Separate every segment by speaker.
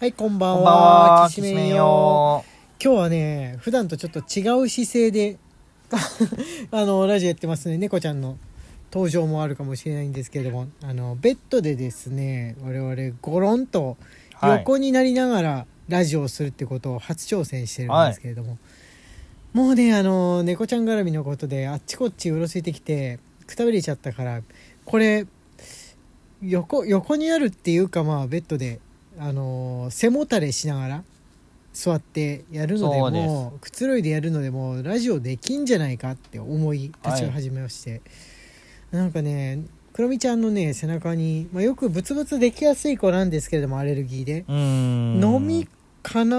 Speaker 1: はい、こんばんは。
Speaker 2: こんばんは、
Speaker 1: きし
Speaker 2: きし
Speaker 1: めん
Speaker 2: めん
Speaker 1: よ。
Speaker 2: よ。
Speaker 1: 今日はね、普段とちょっと違う姿勢で、 あの、ラジオやってますね。猫ちゃんの登場もあるかもしれないんですけれども、あの、ベッドでですね、我々、ゴロンと
Speaker 2: はい
Speaker 1: 横になりながらラジオをするってことを初挑戦してるんですけれども、もうね、あの、猫ちゃん絡みのことで、あっちこっちうろついてきて、くたびれちゃったから、これ、横横にあるっていうかまあベッドで、あのー背もたれしながら座ってやるので
Speaker 2: そうです
Speaker 1: もうくつろいでやるのでもうラジオできんじゃないかって思い立ちを始めまして、なんかねクロミちゃんのね背中に、まあ、よくブツブツできやすい子なんですけれどもアレルギーで、
Speaker 2: うーん。
Speaker 1: 飲みかな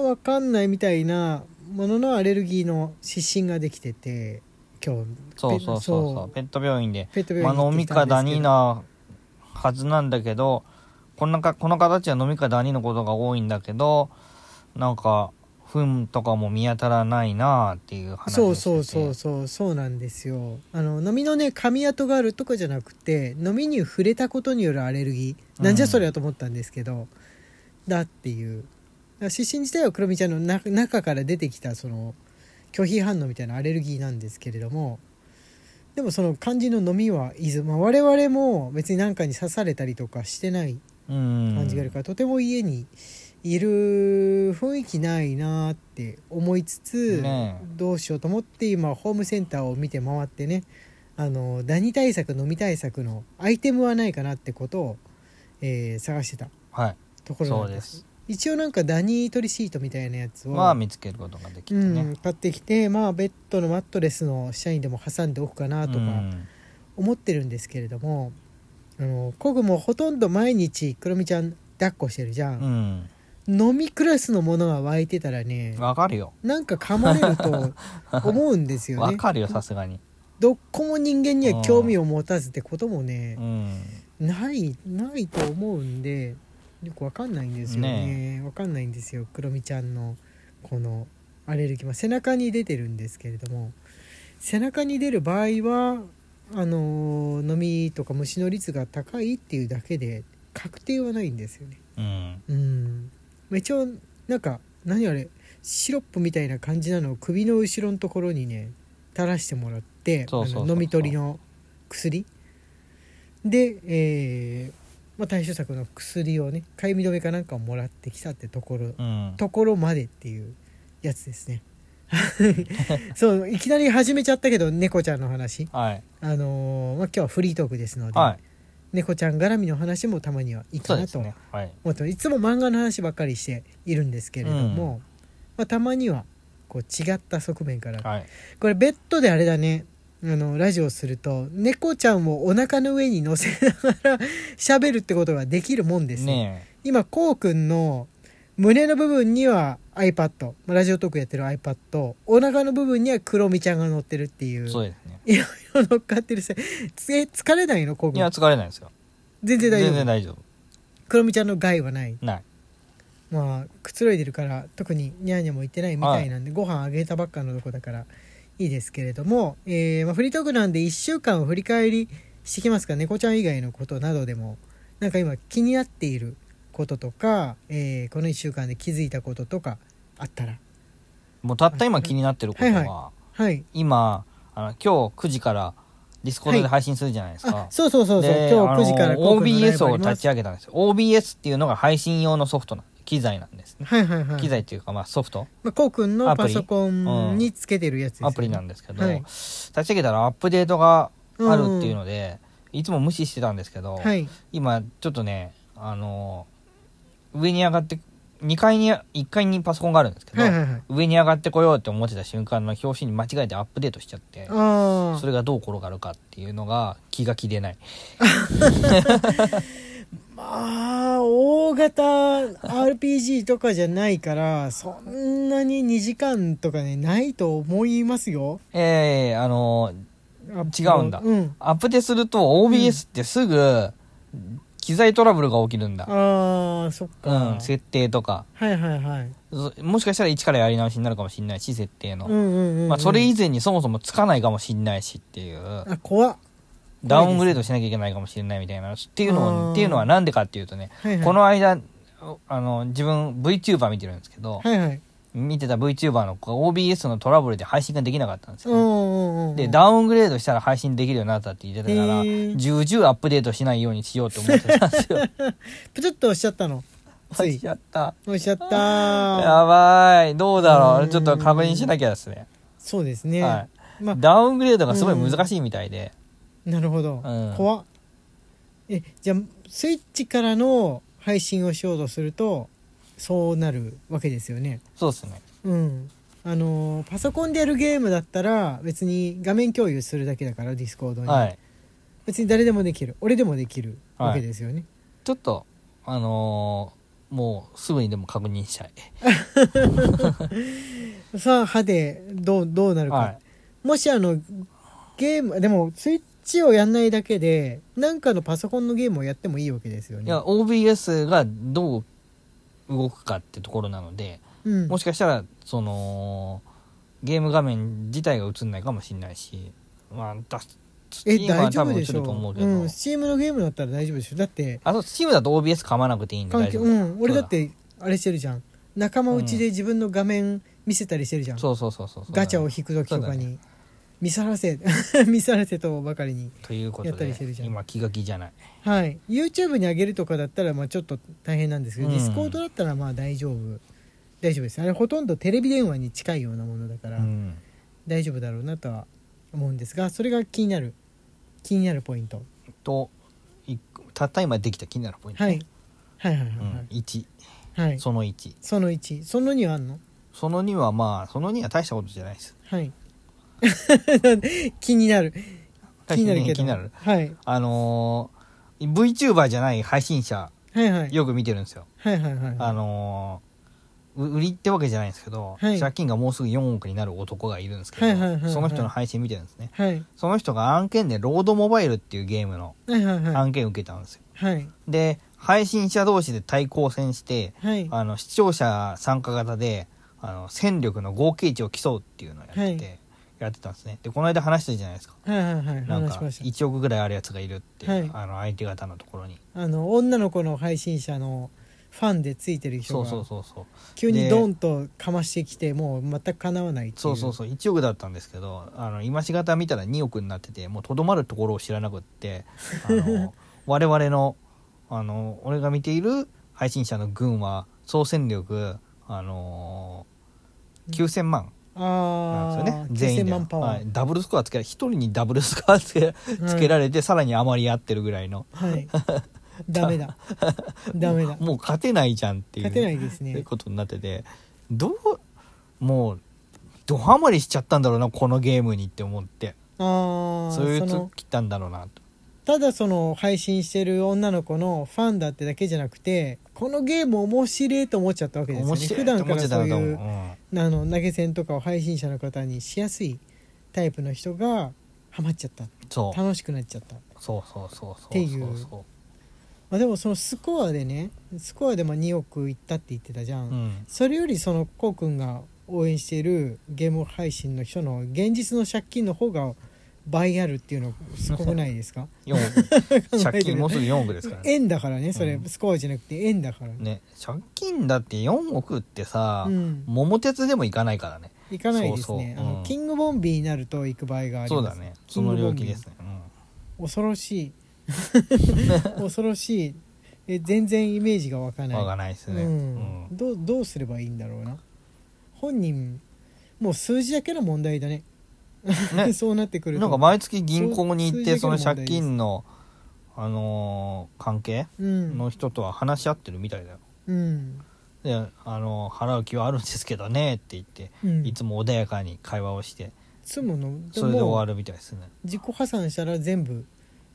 Speaker 1: わかんないみたいなもののアレルギーの湿疹ができてて今日
Speaker 2: そうそうそうそう。
Speaker 1: ペ
Speaker 2: ペット病院で。
Speaker 1: ペット
Speaker 2: ま
Speaker 1: 病
Speaker 2: あ、
Speaker 1: 院に行
Speaker 2: 飲
Speaker 1: って
Speaker 2: み
Speaker 1: きた
Speaker 2: か
Speaker 1: んです
Speaker 2: ダ
Speaker 1: けど
Speaker 2: ニなはずなんだけど、こんなか、この形は飲みかダニのことが多いんだけど、なんか、糞とかも見当たらないなあっていう話をしてて。。
Speaker 1: そうそうそうそうそうなんですよあの飲みのね噛み跡があるとかじゃなくて飲みに触れたことによるアレルギーなんじゃそりゃと思ったんですけど、だっていうだから湿疹自体はクロミちゃんのな中から出てきたその拒否反応みたいなアレルギーなんですけれどもでもその肝心の飲みは伊豆、まあ、我々も別に何かに刺されたりとかしてないう
Speaker 2: うん。
Speaker 1: 感じがあるから、とても家にいる雰囲気ないなって思いつつ、
Speaker 2: ねえ
Speaker 1: どうしようと思って今ホームセンターを見て回ってねあのダニ対策飲み対策のアイテムはないかなってことを、えー探してた
Speaker 2: はい。
Speaker 1: ところなんで
Speaker 2: そう
Speaker 1: す一応なんかダニトリシートみたいなやつを、
Speaker 2: まあ、見つけることができて
Speaker 1: う
Speaker 2: ね
Speaker 1: ん、。買ってきて、まあ、ベッドのマットレスの下にでも挟んでおくかなとか、
Speaker 2: うん
Speaker 1: 思ってるんですけれどもあのコグもほとんど毎日クロミちゃん抱っこしてるじゃん
Speaker 2: う、ん。
Speaker 1: 飲みクラスのものが湧いてたらね
Speaker 2: わかるよ。
Speaker 1: なんか噛まれる と思うんですよ
Speaker 2: わ
Speaker 1: ね
Speaker 2: かるよ、さすがに。
Speaker 1: どっこも人間には興味を持たずってこともね
Speaker 2: うん。
Speaker 1: ないないと思うんでよくわかんないんですよねわかんないんですよクロミちゃんのこのアレルギー、まあ、背中に出てるんですけれども背中に出る場合はあのー飲みとか虫の率が高いっていうだけで確定はないんですよね
Speaker 2: うん。
Speaker 1: うんまあ一応なんか何あれシロップみたいな感じなのを首の後ろのところにね垂らしてもらって
Speaker 2: そうそうそうそう
Speaker 1: あの飲み取りの薬で、えーまあ、対処策の薬をねかゆみ止めかなんかをもらってきたってところ、
Speaker 2: うん。
Speaker 1: ところまでっていうやつですね そういきなり始めちゃったけど猫ちゃんの話
Speaker 2: はい。
Speaker 1: あのーまあ、今日はフリートークですので、
Speaker 2: はい。
Speaker 1: 猫ちゃん絡みの話もたまにはいい
Speaker 2: そ
Speaker 1: か
Speaker 2: うで
Speaker 1: な
Speaker 2: す
Speaker 1: と
Speaker 2: ね。はい。
Speaker 1: もっといつも漫画の話ばっかりしているんですけれども、
Speaker 2: うん
Speaker 1: まあ、たまにはこう違った側面から、
Speaker 2: はい。
Speaker 1: これベッドであれだねあのラジオすると猫ちゃんをお腹の上に乗せながら 喋るってことができるもんですよ
Speaker 2: ね
Speaker 1: 今こうくんの胸の部分には iPad まあラジオトークやってる iPad お腹の部分にはクロミちゃんが乗ってるってい
Speaker 2: え。
Speaker 1: う
Speaker 2: そうですね。
Speaker 1: いろいろ乗っかってるせつえ疲れないのこう
Speaker 2: い
Speaker 1: く
Speaker 2: や、
Speaker 1: ん
Speaker 2: 疲れないですよ。
Speaker 1: 全然大丈
Speaker 2: 全然
Speaker 1: 夫
Speaker 2: 大丈夫。
Speaker 1: クロミちゃんの害はない
Speaker 2: ない。
Speaker 1: まあくつろいでるから特にニャーニャも行ってないみたいなんで、ご飯あげたばっかのとこだからいいですけれども、えーまあ、フリートークなんで1週間を振り返りしてきますか猫ちゃん以外のことなどでもなんか今気になっていることとか、えーこの1週間で気づいたこととかあったら
Speaker 2: もうたった今気になってることは、
Speaker 1: はいはい
Speaker 2: 今、あの、今日9時からディスコードで配信するじゃないですか。
Speaker 1: あそうそうそうそう
Speaker 2: で
Speaker 1: 今日9時から
Speaker 2: あの
Speaker 1: コークのライ
Speaker 2: OBS
Speaker 1: ブあ
Speaker 2: を
Speaker 1: りま
Speaker 2: 立
Speaker 1: す
Speaker 2: ち上げたんですよ。OBS っていうのが配信用のソフトなん機材なんですね。
Speaker 1: はいはいはい
Speaker 2: 機材っていうか、まあソフト、
Speaker 1: まあ、こうくんの
Speaker 2: アプ
Speaker 1: パ
Speaker 2: リ
Speaker 1: ソコンにつけてるやつですよね
Speaker 2: アプリなんですけど、
Speaker 1: はい
Speaker 2: 立ち上げたらアップデートがあるっていうので、いつも無視してたんですけど、
Speaker 1: はい
Speaker 2: 今ちょっとねあの上に上がって2階に1階にパソコンがあるんですけど、
Speaker 1: はいはいはい
Speaker 2: 上に上がってこようって思ってた瞬間の表紙に間違えてアップデートしちゃって
Speaker 1: ああ
Speaker 2: それがどう転がるかっていうのが気が気でない
Speaker 1: まあ大型 RPG とかじゃないからそんなに2時間とかねないと思いますよ
Speaker 2: ええあの
Speaker 1: あ
Speaker 2: 違うんだ
Speaker 1: うん
Speaker 2: アップデートすると OBS ってすぐ機材トラブルが起きるんだ、
Speaker 1: あーそっ
Speaker 2: うん
Speaker 1: か、
Speaker 2: 設定とか
Speaker 1: はいはいはい
Speaker 2: そもしかしたら一からやり直しになるかもしれないし設定の、
Speaker 1: うんうんうん
Speaker 2: まあ、それ以
Speaker 1: 上
Speaker 2: 前にそもそもつかないかもしれないしっていう
Speaker 1: あ怖っ
Speaker 2: ダウングレードしなきゃいけないかもしれないみたいなっていうの
Speaker 1: あー
Speaker 2: をっていうのはなんでかっていうとね、
Speaker 1: はいはい
Speaker 2: この間あの自分 VTuber 見てるんですけど、
Speaker 1: はいはい
Speaker 2: 見てた VTuber の子が OBS のトラブルで配信ができなかったんです
Speaker 1: うん
Speaker 2: よ、
Speaker 1: う
Speaker 2: ね
Speaker 1: んうん
Speaker 2: でダウングレードしたら配信できるようになったって言ってたから
Speaker 1: へー
Speaker 2: 重々アップデートしないようにしようと思ってたんですよ
Speaker 1: プチュッと押しちゃったの つい
Speaker 2: やった
Speaker 1: 押しちゃった
Speaker 2: やばいどうだろ
Speaker 1: う
Speaker 2: うんちょっと確認しなきゃですね、
Speaker 1: そうですね、
Speaker 2: は
Speaker 1: ま
Speaker 2: い、
Speaker 1: あ
Speaker 2: ダウングレードがすごい難しいみたいで、
Speaker 1: なるほど、
Speaker 2: うん
Speaker 1: 怖っえじゃあスイッチからの配信をしようとするとそうなるわけですよね
Speaker 2: そうですね
Speaker 1: うんあのーパソコンでやるゲームだったら別に画面共有するだけだからディスコードに、
Speaker 2: はい
Speaker 1: 別に誰でもできる俺でもできるわけですよね、
Speaker 2: ちょっとあのーもうすぐにでも確認したい
Speaker 1: さあ歯でどうどうなるか、
Speaker 2: はい
Speaker 1: もしあのゲームでもスイッチをやんないだけでなんかのパソコンのゲームをやってもいいわけですよ
Speaker 2: い
Speaker 1: ね
Speaker 2: や OBS がどう動くかってところなので
Speaker 1: うん
Speaker 2: もしかしたらそのゲーム画面自体が映んないかもしれないしまあだ
Speaker 1: え
Speaker 2: Steam
Speaker 1: 大
Speaker 2: は
Speaker 1: 丈
Speaker 2: 多
Speaker 1: 夫
Speaker 2: 分映
Speaker 1: で
Speaker 2: る
Speaker 1: し
Speaker 2: と
Speaker 1: ょ
Speaker 2: 思うけ
Speaker 1: う
Speaker 2: ど、
Speaker 1: ん、スチームのゲームだったら大丈夫でしょだって
Speaker 2: あと Steam だと OBS 噛まなくていいんで
Speaker 1: 環
Speaker 2: 大
Speaker 1: 境
Speaker 2: 丈夫、
Speaker 1: うん俺だっ
Speaker 2: そう
Speaker 1: てあれしてるじゃん仲間内で自分の画面見せたりしてるじゃん、
Speaker 2: そうそうそうそうそう
Speaker 1: ガチャを引く時とか
Speaker 2: そうだ
Speaker 1: に、見さらせ 見さらせとばかりに
Speaker 2: ということ
Speaker 1: やったり
Speaker 2: で
Speaker 1: してるじゃん
Speaker 2: 今気が気じゃない
Speaker 1: はい YouTube に上げるとかだったらまあちょっと大変なんですけど、
Speaker 2: うん
Speaker 1: Discord だったらまあ大丈夫大丈夫ですあれほとんどテレビ電話に近いようなものだから、
Speaker 2: うん
Speaker 1: 大丈夫だろうなとは思うんですがそれが気になる気になるポイント、
Speaker 2: といたった今できた気になるポイント、
Speaker 1: はい、はいはいはいは
Speaker 2: う
Speaker 1: い、
Speaker 2: ん、1
Speaker 1: はい
Speaker 2: その1
Speaker 1: その1その2はあんの
Speaker 2: その2はまあその2は大したことじゃないです
Speaker 1: はい 気になる気になるけど
Speaker 2: 気になる
Speaker 1: はい、
Speaker 2: あのー VTuber じゃない配信者
Speaker 1: はいはい
Speaker 2: よく見てるんですよ、
Speaker 1: はいはいはい
Speaker 2: あのーう売りってわけじゃないんですけど、
Speaker 1: はい
Speaker 2: 借金がもうすぐ4億になる男がいるんですけど、
Speaker 1: はいはいはいはい
Speaker 2: その人の配信見てるんですね
Speaker 1: はい
Speaker 2: その人が案件でロードモバイルっていうゲームの
Speaker 1: はいはいはい
Speaker 2: 案件を受けたんですよ、
Speaker 1: はい
Speaker 2: で配信者同士で対抗戦して
Speaker 1: はい
Speaker 2: あの視聴者参加型であの戦力の合計値を競うっていうのをやってて、
Speaker 1: は
Speaker 2: やってたんですねでこの間話したじゃないですか
Speaker 1: はいはいはい
Speaker 2: なん
Speaker 1: 話
Speaker 2: か
Speaker 1: しました
Speaker 2: 1億ぐらいあるやつがいるっていう、
Speaker 1: はい
Speaker 2: あの相手方のところに
Speaker 1: あの女の子の配信者のファンでついてる人
Speaker 2: そうそう
Speaker 1: が
Speaker 2: そうそう
Speaker 1: 急に
Speaker 2: で
Speaker 1: ドンとかましてきてもう全くかなわないっていう
Speaker 2: そうそうそう1億だったんですけどあの今しがた見たら2億になっててもうとどまるところを知らなくって あの我々のあの俺が見ている配信者の軍は総戦力あのー9000万なん
Speaker 1: あ
Speaker 2: ですよ
Speaker 1: あ、
Speaker 2: ね全員で、
Speaker 1: 9000万パワ
Speaker 2: はい
Speaker 1: ー、
Speaker 2: ダブルスコアつけられ1人にダブルスコアつけ
Speaker 1: はい
Speaker 2: つけられて、さらに余り合ってるぐらいの
Speaker 1: はい、 ダメだダメだ
Speaker 2: もう勝てないじゃんっていう
Speaker 1: 勝てないですね
Speaker 2: ことになっててどうもうドハマりしちゃったんだろうなこのゲームにって思って
Speaker 1: ああ
Speaker 2: そういう
Speaker 1: そ
Speaker 2: と
Speaker 1: の
Speaker 2: 来たんだろうなと
Speaker 1: ただその配信してる女の子のファンだってだけじゃなくてこのゲーム面白いと思っちゃったわけですよ
Speaker 2: 面
Speaker 1: ね
Speaker 2: 白
Speaker 1: 普
Speaker 2: いと
Speaker 1: 段か
Speaker 2: 思っ
Speaker 1: ら
Speaker 2: ちゃった
Speaker 1: そうん
Speaker 2: だと
Speaker 1: いう
Speaker 2: 思
Speaker 1: あの投げ銭とかを配信者の方にしやすいタイプの人がハマっちゃった
Speaker 2: うんそう
Speaker 1: 楽しくなっちゃった、ま
Speaker 2: そうそうそうそう
Speaker 1: てい
Speaker 2: そううそ
Speaker 1: あ、でもそのスコアでねスコアでまあ2億いったって言ってたじゃん、
Speaker 2: ううん
Speaker 1: それよりそのこうくんが応援しているゲーム配信の人の現実の借金の方が倍あるっていうのすごくないですか
Speaker 2: 四億借金もうすぐ4億ですからね
Speaker 1: 円だからねそれ、
Speaker 2: うん
Speaker 1: スコアじゃなくて円だからね
Speaker 2: ね借金だって4億ってさ、
Speaker 1: うん
Speaker 2: 桃鉄でもいかないからね
Speaker 1: 行かないですね
Speaker 2: そうそう
Speaker 1: あ
Speaker 2: う
Speaker 1: の
Speaker 2: ん
Speaker 1: キングボンビーになると行く場合があります
Speaker 2: そうだねその領域ですね、うん
Speaker 1: 恐ろ しい恐ろしいえ全然イメージが湧かない
Speaker 2: わかないですね、
Speaker 1: うん
Speaker 2: うん
Speaker 1: どうどうすればいいんだろうな本人もう数字だけの問題だね
Speaker 2: ね
Speaker 1: そうなってくると
Speaker 2: なんか毎月銀行に行って
Speaker 1: そ
Speaker 2: そうの借金のあのー関係
Speaker 1: うん
Speaker 2: の人とは話し合ってるみたいだよ
Speaker 1: うん
Speaker 2: で、あのー払う気はあるんですけどねって言って
Speaker 1: うん、
Speaker 2: いつも穏やかに会話をして
Speaker 1: つもの
Speaker 2: それで終わ
Speaker 1: る
Speaker 2: るみたいですね
Speaker 1: 自己破産したら全部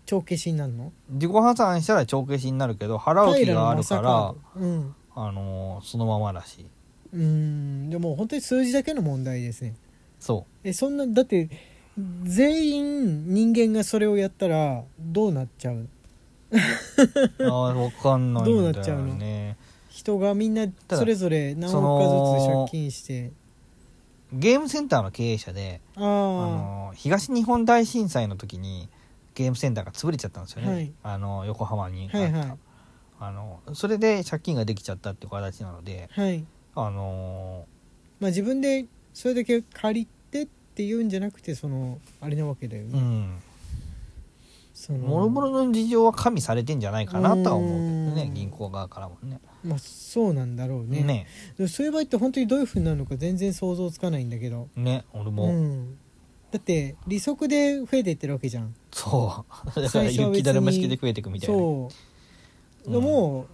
Speaker 1: 帳消しになるの
Speaker 2: 自己破産したら帳消しになるけど払う気があるか
Speaker 1: 平
Speaker 2: ら
Speaker 1: 野正和うん
Speaker 2: あのーそのままらしいう
Speaker 1: ーんでも本当に数字だけの問題ですね
Speaker 2: そ
Speaker 1: えそんなだって全員人間がそれをやったらどうなっちゃう
Speaker 2: うあーわかんないんだよ、ね、
Speaker 1: どうなっちゃうの人がみんな
Speaker 2: だ
Speaker 1: それぞれ何億かずつ借金して
Speaker 2: ゲームセンターの経営者で
Speaker 1: あ
Speaker 2: あ
Speaker 1: あ
Speaker 2: の東日本大震災の時にゲームセンターが潰れちゃったんですよね、
Speaker 1: はい
Speaker 2: あの横浜にあっ
Speaker 1: は
Speaker 2: た、
Speaker 1: いはい
Speaker 2: あのそれで借金ができちゃったっていう形なので
Speaker 1: はい
Speaker 2: あの
Speaker 1: まあ自分でそれだけ借りてっていうんじゃなくてそのあれなわけだよ
Speaker 2: う
Speaker 1: ね、
Speaker 2: ん
Speaker 1: その
Speaker 2: もろもろの事情は加味されてんじゃないかなとは思うけど
Speaker 1: う
Speaker 2: ね
Speaker 1: ん
Speaker 2: 銀行側からもね。
Speaker 1: まあそうなんだろうね
Speaker 2: ね
Speaker 1: でもそういう場合って本当にどういうふうになるのか全然想像つかないんだけど、
Speaker 2: ね俺も、
Speaker 1: うん、だって利息で増えていってるわけじゃん
Speaker 2: そうだか
Speaker 1: 最
Speaker 2: ら
Speaker 1: 初は別に
Speaker 2: 雪だるま式で増えていくみたいなね、
Speaker 1: そう、
Speaker 2: うん
Speaker 1: も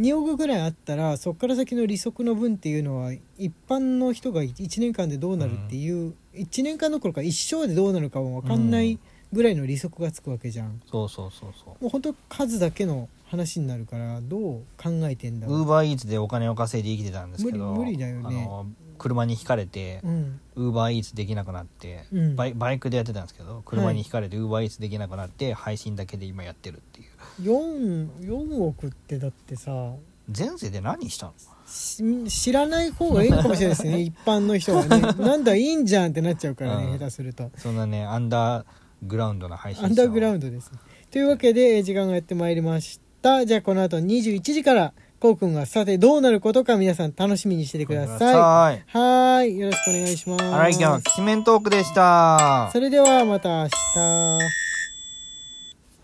Speaker 1: う2億ぐらいあったらそこから先の利息の分っていうのは一般の人が1年間でどうなるっていう、一1年間どころか一生でどうなるかも分かんないぐらいの利息がつくわけじゃん、
Speaker 2: そうそうそうそう
Speaker 1: もう本当数だけの話になるからどう考えてんだろう
Speaker 2: ウーバーイーツでお金を稼いで生きてたんですけど
Speaker 1: 無理無理だよね
Speaker 2: あの車にひかれて
Speaker 1: うん
Speaker 2: ウーバーイーツできなくなって、
Speaker 1: うん
Speaker 2: バイバイクでやってたんですけど車にひかれてウーバーイーツできなくなって配信だけで今やってるっていう
Speaker 1: 4, 4億ってだってさ
Speaker 2: 前世で何したの
Speaker 1: し知らない方がいいのかもしれないです ね一般の人はねなんだいいんじゃんってなっちゃうからね、
Speaker 2: うん
Speaker 1: 下手すると
Speaker 2: そんなねアンダーグラウンドな配信
Speaker 1: アンダーグラウ
Speaker 2: ン
Speaker 1: ンドですねというわけでえー時間がやってまいりましたじゃあこの後21時からこうくんがさてどうなることか皆さん楽しみにしててくださいは
Speaker 2: はい
Speaker 1: ーいよろしくお願いします
Speaker 2: 荒井家のきしめんトークでした
Speaker 1: それではまた明日